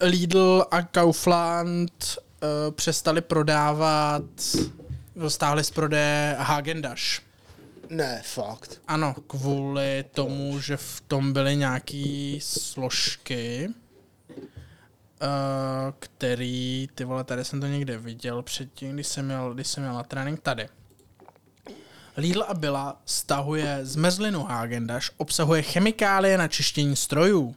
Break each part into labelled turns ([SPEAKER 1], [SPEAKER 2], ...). [SPEAKER 1] Lidl a Kaufland uh, přestali prodávat, no, stáhli z prodeje Hagendash.
[SPEAKER 2] Ne, fakt.
[SPEAKER 1] Ano, kvůli tomu, že v tom byly nějaký složky, eh, který, ty vole, tady jsem to někde viděl předtím, když jsem měl, když jsem měl na trénink tady. Lidl a Bila stahuje z mezlinu Hagendash, obsahuje chemikálie na čištění strojů.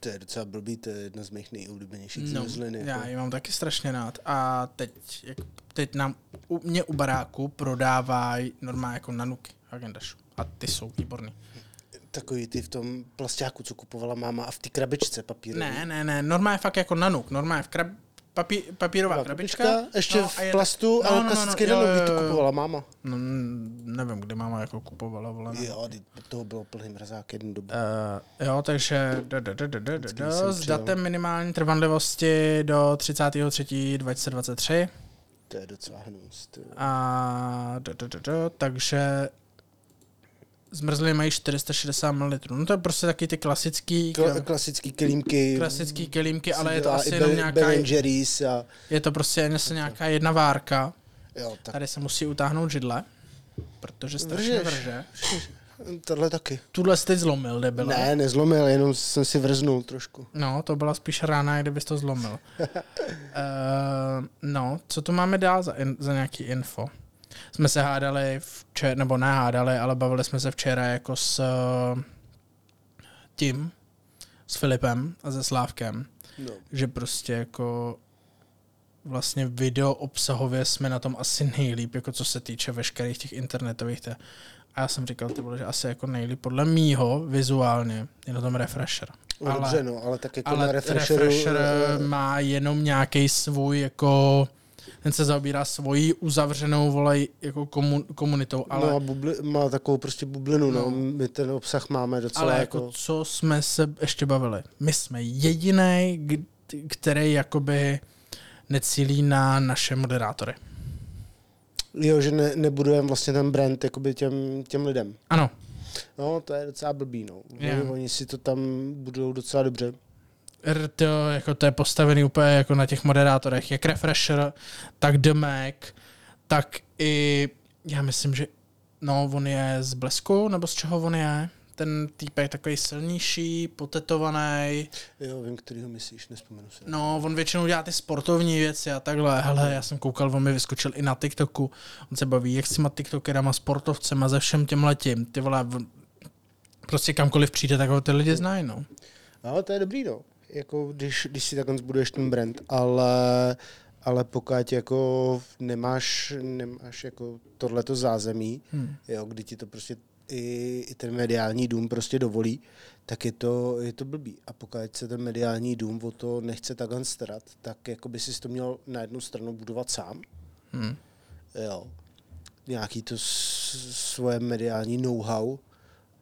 [SPEAKER 2] To je docela blbý, to je jedna z mých nejoblíbenějších
[SPEAKER 1] No,
[SPEAKER 2] zmrzlin. Jako.
[SPEAKER 1] já ji mám taky strašně rád. A teď, jak, teď nám u mě u baráku prodávají normálně jako nanuky Hagendash. A ty jsou výborný.
[SPEAKER 2] Takový ty v tom plastáku, co kupovala máma a v té krabičce papíru.
[SPEAKER 1] Ne, ne, ne, normálně fakt jako nanuk, normálně v krab, papí, papírová krabička.
[SPEAKER 2] ještě
[SPEAKER 1] no,
[SPEAKER 2] v
[SPEAKER 1] a je-
[SPEAKER 2] plastu, ale klasický no, no,
[SPEAKER 1] jo,
[SPEAKER 2] no,
[SPEAKER 1] jo,
[SPEAKER 2] to
[SPEAKER 1] jo.
[SPEAKER 2] kupovala máma.
[SPEAKER 1] No, mm, nevím, kde máma jako kupovala, vole. Jo.
[SPEAKER 2] Jo, teď toho bylo plný mrazák jednu dobu.
[SPEAKER 1] Uh, jo, takže da, da, da, da, da, da,
[SPEAKER 2] jsem
[SPEAKER 1] da, s
[SPEAKER 2] přijel.
[SPEAKER 1] datem minimální trvanlivosti do 33. 2023
[SPEAKER 2] To je docela hnus. ty vole.
[SPEAKER 1] a da, da, da, da, takže zmrzliny mají 460 ml. No to je prostě taky ty klasický,
[SPEAKER 2] Kla-
[SPEAKER 1] kla-
[SPEAKER 2] klasický kelímky.
[SPEAKER 1] klasický kelímky, ale je to
[SPEAKER 2] dělá
[SPEAKER 1] asi
[SPEAKER 2] i
[SPEAKER 1] jenom
[SPEAKER 2] Ben-
[SPEAKER 1] nějaká,
[SPEAKER 2] Ben Jerry's a...
[SPEAKER 1] je to prostě jen asi nějaká jedna várka.
[SPEAKER 2] Jo, tak
[SPEAKER 1] Tady se musí utáhnout židle, protože strašně
[SPEAKER 2] Vržeš.
[SPEAKER 1] vrže.
[SPEAKER 2] tohle taky.
[SPEAKER 1] Tuhle jsi teď zlomil, debile.
[SPEAKER 2] Ne, nezlomil, jenom jsem si vrznul trošku.
[SPEAKER 1] No, to byla spíš rána, kdybys to zlomil. uh, no, co tu máme dál za, in, za nějaký info? Jsme se hádali včera, nebo nehádali, ale bavili jsme se včera jako s eh, tím, s Filipem a se Slávkem,
[SPEAKER 2] No.
[SPEAKER 1] že prostě jako vlastně video obsahově jsme na tom asi nejlíp, jako co se týče veškerých těch internetových. Te... A já jsem říkal, ty vole, že asi jako nejlíp podle mýho vizuálně je na tom refresher.
[SPEAKER 2] Ale, Dobře, no, ale tak jako
[SPEAKER 1] Ale
[SPEAKER 2] na
[SPEAKER 1] refresher,
[SPEAKER 2] refresheru...
[SPEAKER 1] eh, má jenom nějaký svůj, jako ten se zaobírá svojí uzavřenou vole, jako komu, komunitou, ale,
[SPEAKER 2] No a
[SPEAKER 1] no,
[SPEAKER 2] bubli, má takovou prostě bublinu, no. no. My ten obsah máme docela
[SPEAKER 1] ale
[SPEAKER 2] jako...
[SPEAKER 1] jako co jsme se ještě bavili. My jsme jediný, který jakoby necílí na naše moderátory.
[SPEAKER 2] Jo, že ne, nebudujeme vlastně ten brand jakoby těm, těm lidem.
[SPEAKER 1] Ano,
[SPEAKER 2] No, to je docela blbý, no.
[SPEAKER 1] Jo.
[SPEAKER 2] Yeah. Oni si to tam budou docela dobře.
[SPEAKER 1] RT, jako to je postavený úplně jako na těch moderátorech, jak Refresher, tak The Mac, tak i, já myslím, že no, on je z Blesku, nebo z čeho on je? Ten týpek takový silnější, potetovaný.
[SPEAKER 2] Jo, vím, kterýho myslíš, nespomenu si.
[SPEAKER 1] No, on většinou dělá ty sportovní věci a takhle. Hele, já jsem koukal, on mi vyskočil i na TikToku. On se baví jak s těma TikTokerama, sportovcema, ze všem těm letím. Ty vole, on- prostě kamkoliv přijde, tak ho ty lidi znají, no.
[SPEAKER 2] No, to je dobrý, no. Jako, když, když si takhle zbuduješ ten brand, ale, ale pokud jako nemáš, nemáš jako tohleto zázemí, hmm. jo, kdy ti to prostě i, i ten mediální dům prostě dovolí, tak je to, je to blbý. A pokud se ten mediální dům o to nechce takhle starat, tak jako by si to měl na jednu stranu budovat sám,
[SPEAKER 1] Hmm.
[SPEAKER 2] jo, nějaký to s- svoje mediální know-how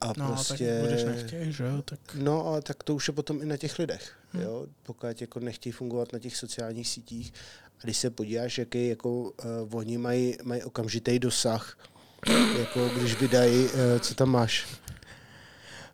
[SPEAKER 2] a
[SPEAKER 1] No,
[SPEAKER 2] prostě...
[SPEAKER 1] tak budeš nechtěj, že jo, tak...
[SPEAKER 2] No, ale tak to už je potom i na těch lidech, hmm. jo? pokud jako nechtějí fungovat na těch sociálních sítích. A když se podíváš, jaký jako uh, oni mají, mají okamžitý dosah, jako když vydají, uh, co tam máš.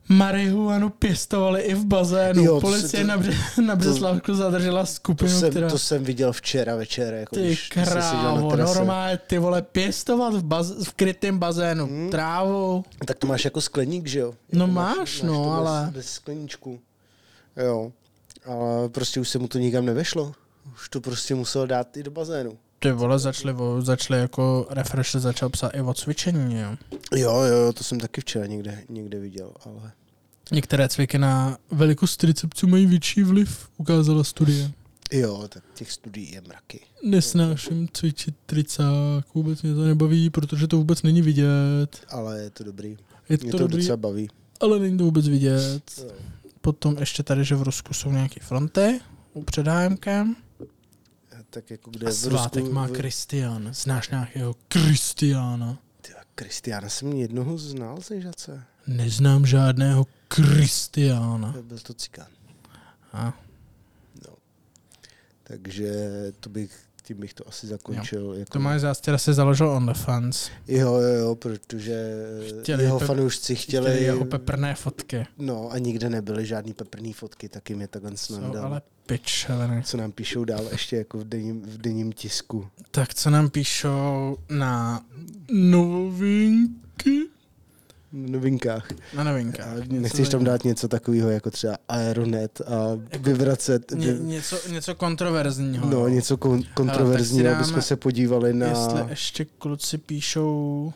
[SPEAKER 1] Marihuanu pěstovali i v bazénu. Jo,
[SPEAKER 2] Jo, to se
[SPEAKER 1] Policie
[SPEAKER 2] to-
[SPEAKER 1] na, Bře- na Břeslavku zadržela
[SPEAKER 2] To
[SPEAKER 1] skupinu,
[SPEAKER 2] jsem,
[SPEAKER 1] která...
[SPEAKER 2] to jsem viděl včera večer, jako
[SPEAKER 1] ty
[SPEAKER 2] když, když jsem seděl na
[SPEAKER 1] krávo,
[SPEAKER 2] terase.
[SPEAKER 1] normálně ty vole, pěstovat v, baz, v krytém bazénu hmm. trávu.
[SPEAKER 2] Tak to máš jako skleník, že jo? Jako
[SPEAKER 1] No máš, no,
[SPEAKER 2] to
[SPEAKER 1] ale-
[SPEAKER 2] Bez, bez skleníčku. Jo. Ale prostě už se mu to nikam nevešlo. Už to prostě musel dát i do bazénu.
[SPEAKER 1] Ty vole, začali, o- začali jako refresher začal psát i o cvičení, jo.
[SPEAKER 2] Jo, jo, jo, to jsem taky včera někde, někde viděl, ale...
[SPEAKER 1] Některé cviky na velikost tricepců mají větší vliv, ukázala studie.
[SPEAKER 2] Jo, tak těch studií je mraky.
[SPEAKER 1] Nesnáším cvičit tricák, vůbec mě to nebaví, protože to vůbec není vidět.
[SPEAKER 2] Ale je to dobrý.
[SPEAKER 1] Je
[SPEAKER 2] Mě
[SPEAKER 1] to,
[SPEAKER 2] to,
[SPEAKER 1] dobrý,
[SPEAKER 2] docela baví.
[SPEAKER 1] ale není to vůbec vidět.
[SPEAKER 2] Jo.
[SPEAKER 1] Potom ještě tady, že v Rusku jsou nějaké fronty u před HMkem.
[SPEAKER 2] Tak jako kde
[SPEAKER 1] A
[SPEAKER 2] v
[SPEAKER 1] svátek
[SPEAKER 2] Rusku...
[SPEAKER 1] má Kristián. Znáš nějakého Kristiána?
[SPEAKER 2] Tyva, Kristiána jsem jednoho znal ze Žace.
[SPEAKER 1] Neznám žádného Kristiána.
[SPEAKER 2] Byl to cikán.
[SPEAKER 1] A
[SPEAKER 2] Takže to bych tím bych to asi zakončil. Jo. Jako...
[SPEAKER 1] Tomáš Zástěra se založil OnlyFans.
[SPEAKER 2] Jo, jo, jo, protože
[SPEAKER 1] Chtěli
[SPEAKER 2] chtěli jeho
[SPEAKER 1] pe-
[SPEAKER 2] fanoušci chtěli,
[SPEAKER 1] Chtěli jeho peprné fotky.
[SPEAKER 2] no a nikde nebyly žádný peprný fotky, tak jim je takhle
[SPEAKER 1] Jsou
[SPEAKER 2] snadal.
[SPEAKER 1] ale pič, Helene.
[SPEAKER 2] Co nám píšou dál ještě jako v denním, v denním tisku.
[SPEAKER 1] Tak co nám píšou na novinky?
[SPEAKER 2] V novinkách.
[SPEAKER 1] Na
[SPEAKER 2] A
[SPEAKER 1] novinkách.
[SPEAKER 2] nechceš tam dát něco takového jako třeba Aeronet a vyvracet...
[SPEAKER 1] Ně,
[SPEAKER 2] vy-
[SPEAKER 1] něco, něco kontroverzního.
[SPEAKER 2] No, něco kon- kontroverzního,
[SPEAKER 1] dáme-
[SPEAKER 2] abychom se podívali na...
[SPEAKER 1] Jestli ještě kluci píšou...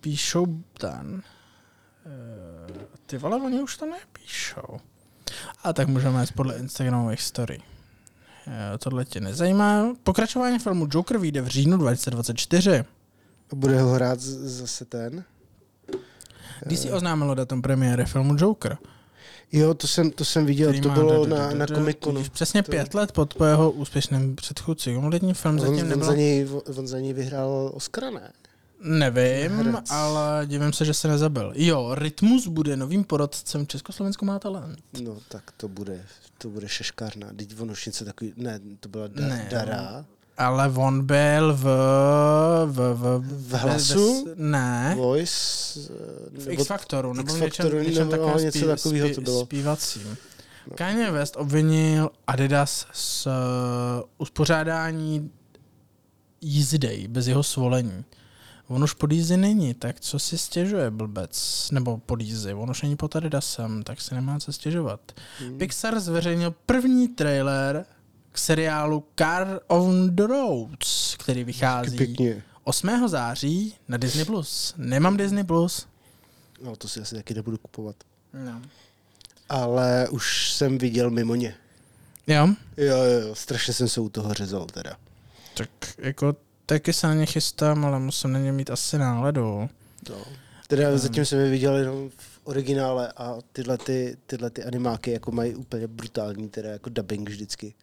[SPEAKER 1] Píšou ten... eh, Ty vole, oni už to nepíšou. A tak můžeme jít podle Instagramových story. Eh, Tohle tě nezajímá. Pokračování filmu Joker vyjde v říjnu 2024.
[SPEAKER 2] Bude ho hrát z- zase ten?
[SPEAKER 1] DC oznámilo datum premiéry filmu Joker.
[SPEAKER 2] Jo, to jsem, to jsem viděl,
[SPEAKER 1] který
[SPEAKER 2] to
[SPEAKER 1] má
[SPEAKER 2] bylo
[SPEAKER 1] da- da-
[SPEAKER 2] na,
[SPEAKER 1] da-
[SPEAKER 2] na
[SPEAKER 1] da-
[SPEAKER 2] Comic Conu.
[SPEAKER 1] tudíž Přesně
[SPEAKER 2] To-
[SPEAKER 1] pět let po tvého úspěšném předchůdci. Komoditní film zatím
[SPEAKER 2] On, on, za
[SPEAKER 1] nebyl.
[SPEAKER 2] něj, on za něj vyhrál Oscara, ne?
[SPEAKER 1] Nevím,
[SPEAKER 2] herec.
[SPEAKER 1] ale divím se, že se nezabil. Jo, Rytmus bude novým poradcem Československo má talent.
[SPEAKER 2] No tak to bude, to bude šeškárna. Teď on už něco takový, ne, to byla da,
[SPEAKER 1] Ne.
[SPEAKER 2] ne. Dara.
[SPEAKER 1] Ale on byl v... V, v,
[SPEAKER 2] V Hlasu?
[SPEAKER 1] ve- ve- ne,
[SPEAKER 2] Voice? eh,
[SPEAKER 1] v
[SPEAKER 2] nebo-
[SPEAKER 1] X Factoru, nebo v
[SPEAKER 2] X
[SPEAKER 1] něčem,
[SPEAKER 2] Factoru,
[SPEAKER 1] něčem
[SPEAKER 2] nebo
[SPEAKER 1] takovém
[SPEAKER 2] něco
[SPEAKER 1] spí-
[SPEAKER 2] takovýho
[SPEAKER 1] spí-
[SPEAKER 2] to bylo. No.
[SPEAKER 1] zpívacím. Kanye West obvinil Adidas s eh, uspořádání jízdy bez jeho svolení. On už pod jízdy není, tak co si stěžuje blbec? Nebo pod jízdy, on už není pod Adidasem, tak si nemá co stěžovat.
[SPEAKER 2] Hmm.
[SPEAKER 1] Pixar zveřejnil první trailer k seriálu Car on the Roads, který
[SPEAKER 2] Taky
[SPEAKER 1] vychází
[SPEAKER 2] Pěkně.
[SPEAKER 1] 8. září na Disney+. Nemám Disney+.
[SPEAKER 2] No to si asi taky nebudu kupovat.
[SPEAKER 1] No.
[SPEAKER 2] Ale už jsem viděl mimo ně.
[SPEAKER 1] Jo?
[SPEAKER 2] Jo, jo, jo, strašně jsem se u toho řezal teda.
[SPEAKER 1] Tak jako taky se na ně chystám, ale musím na ně mít asi náladu.
[SPEAKER 2] No. Teda um. zatím jsem je viděl jenom v originále a tyhle, ty, tyhle ty animáky jako mají úplně brutální, teda jako dubbing vždycky.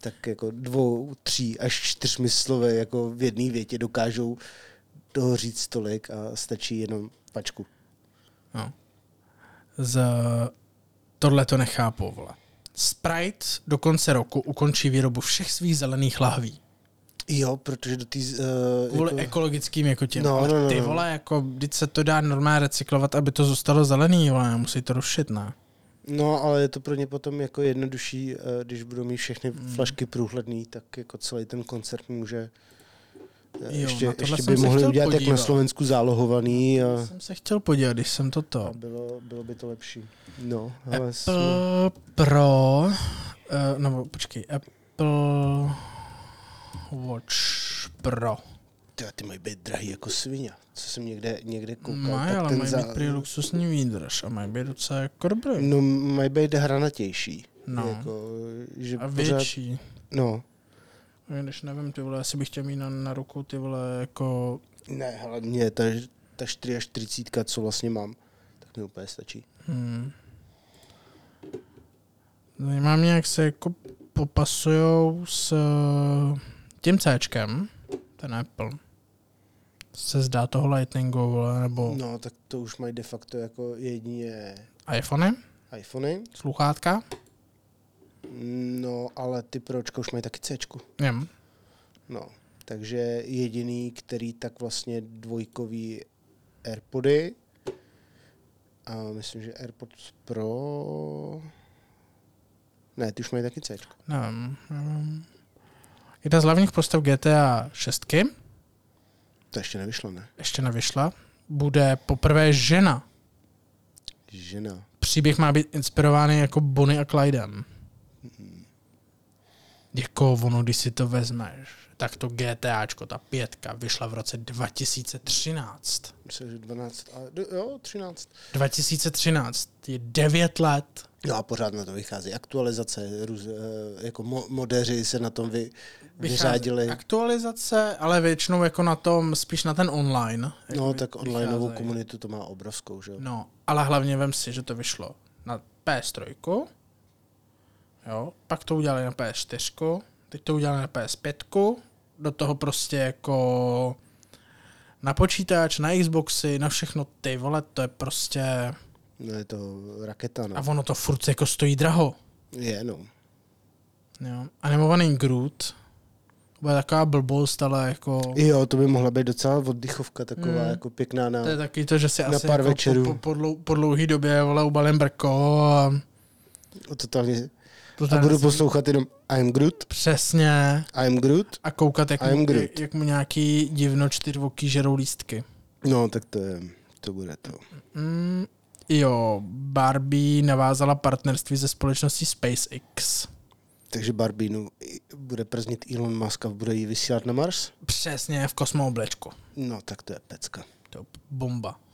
[SPEAKER 2] Tak jako dvou, tří až čtyřmi slovy jako v jedné větě dokážou toho říct tolik a stačí jenom pačku.
[SPEAKER 1] Z... Tohle to nechápu, vole. Sprite do konce roku ukončí výrobu všech svých zelených lahví.
[SPEAKER 2] Jo, protože do té... Uh,
[SPEAKER 1] Kvůli
[SPEAKER 2] jako,
[SPEAKER 1] ekologickým jako těm.
[SPEAKER 2] No,
[SPEAKER 1] ale
[SPEAKER 2] no, no,
[SPEAKER 1] ty
[SPEAKER 2] no.
[SPEAKER 1] vole, jako, když se to dá normálně recyklovat, aby to zůstalo zelený, vole, musí to rušit, ne?
[SPEAKER 2] no, ale je to pro ně potom jako jednodušší, eh, když budou mít všechny
[SPEAKER 1] Hmm.
[SPEAKER 2] flašky průhledný, tak jako celý ten koncert může... eh,
[SPEAKER 1] Jo,
[SPEAKER 2] ještě,
[SPEAKER 1] na tohle
[SPEAKER 2] ještě
[SPEAKER 1] jsem
[SPEAKER 2] by
[SPEAKER 1] se
[SPEAKER 2] mohli
[SPEAKER 1] chtěl
[SPEAKER 2] udělat jak na
[SPEAKER 1] podívat. No,
[SPEAKER 2] Slovensku zálohovaný. A...
[SPEAKER 1] Jsem se chtěl podívat, když jsem toto.
[SPEAKER 2] A bylo, bylo by to lepší. No, hele, jsme-
[SPEAKER 1] Apple Pro, uh, nebo počkej, Apple Watch Pro.
[SPEAKER 2] Tyjo, ty mají být drahý jako svině. Co jsem někde, někde koukal.
[SPEAKER 1] Mají, ale
[SPEAKER 2] tak jako ten
[SPEAKER 1] mají
[SPEAKER 2] za-
[SPEAKER 1] být prý luxusní výdrž a mají být docela jako dobrý.
[SPEAKER 2] No, mají být hranatější.
[SPEAKER 1] No.
[SPEAKER 2] Jako, že
[SPEAKER 1] A
[SPEAKER 2] pořád-
[SPEAKER 1] větší.
[SPEAKER 2] No.
[SPEAKER 1] Když nevím, ty vole, asi bych chtěl mít na, na ruku ty vole jako...
[SPEAKER 2] Ne, hele, mě ta, ta 4 až 40, co vlastně mám, tak mi úplně stačí.
[SPEAKER 1] Hmm. Zajímá mě, jak se jako popasujou s eh, tím Cčkem, ten Apple. Se zdá toho Lightningu, vole, nebo
[SPEAKER 2] No, tak to už mají de facto jako jedině
[SPEAKER 1] iPhony,
[SPEAKER 2] iPhony.
[SPEAKER 1] sluchátka,
[SPEAKER 2] No, ale ty pročka už mají taky Cčku.
[SPEAKER 1] nevím.
[SPEAKER 2] No, takže jediný, který tak vlastně dvojkový Airpody, a myslím, že Airpods Pro, ne, ty už mají taky C.
[SPEAKER 1] Nevím, nevím. Jedna z hlavních postav GTA 6
[SPEAKER 2] To ještě nevyšlo, ne?
[SPEAKER 1] ještě nevyšla, bude poprvé žena.
[SPEAKER 2] Žena.
[SPEAKER 1] Příběh má být inspirovaný jako Bonnie a Clydem. Jako ono, když si to vezmeš, tak to GTAčko, ta pětka, vyšla v roce 2013.
[SPEAKER 2] Myslím, že 12, ale do- jo, 13.
[SPEAKER 1] 2013 je 9 let.
[SPEAKER 2] No a pořád na to vychází aktualizace, růz, eh, jako mo- modeři se na tom vy, vyřádili.
[SPEAKER 1] Aktualizace, ale většinou jako na tom, spíš na ten online.
[SPEAKER 2] No, tak onlineovou
[SPEAKER 1] vycházejí.
[SPEAKER 2] komunitu to má obrovskou, že jo?
[SPEAKER 1] No, ale hlavně vem si, že to vyšlo na PS3, jo, pak to udělali na PS4, teď to udělali na PS5, do toho prostě jako na počítač, na Xboxy, na všechno ty vole, to je prostě...
[SPEAKER 2] No, je to raketa,
[SPEAKER 1] A
[SPEAKER 2] no.
[SPEAKER 1] ono to furt jako stojí draho.
[SPEAKER 2] Je, no.
[SPEAKER 1] Jo. Animovaný Groot bude taková blbost, ale jako...
[SPEAKER 2] Jo, to by mohla být docela oddychovka taková,
[SPEAKER 1] Mm.
[SPEAKER 2] jako pěkná na...
[SPEAKER 1] To je taky to, že si
[SPEAKER 2] Na
[SPEAKER 1] asi
[SPEAKER 2] pár
[SPEAKER 1] jako
[SPEAKER 2] večerů.
[SPEAKER 1] Po, po, po, dlou, po dlouhý době vole, ubalím brko a...
[SPEAKER 2] Totálně.
[SPEAKER 1] To
[SPEAKER 2] A
[SPEAKER 1] tady-
[SPEAKER 2] budu poslouchat jenom I'm Groot,
[SPEAKER 1] Přesně.
[SPEAKER 2] I'm Groot.
[SPEAKER 1] A koukat, jak,
[SPEAKER 2] I am
[SPEAKER 1] mu,
[SPEAKER 2] Groot.
[SPEAKER 1] jak mu nějaký divno čtyřvoký žerou lístky.
[SPEAKER 2] No, tak to je, to bude to.
[SPEAKER 1] Mm, jo, Barbie navázala partnerství ze společností SpaceX.
[SPEAKER 2] Takže Barbínu i- bude prznit Elon Musk a bude ji vysílat na Mars?
[SPEAKER 1] Přesně, v kosmooblečku.
[SPEAKER 2] No, tak to je pecka.
[SPEAKER 1] To je bomba.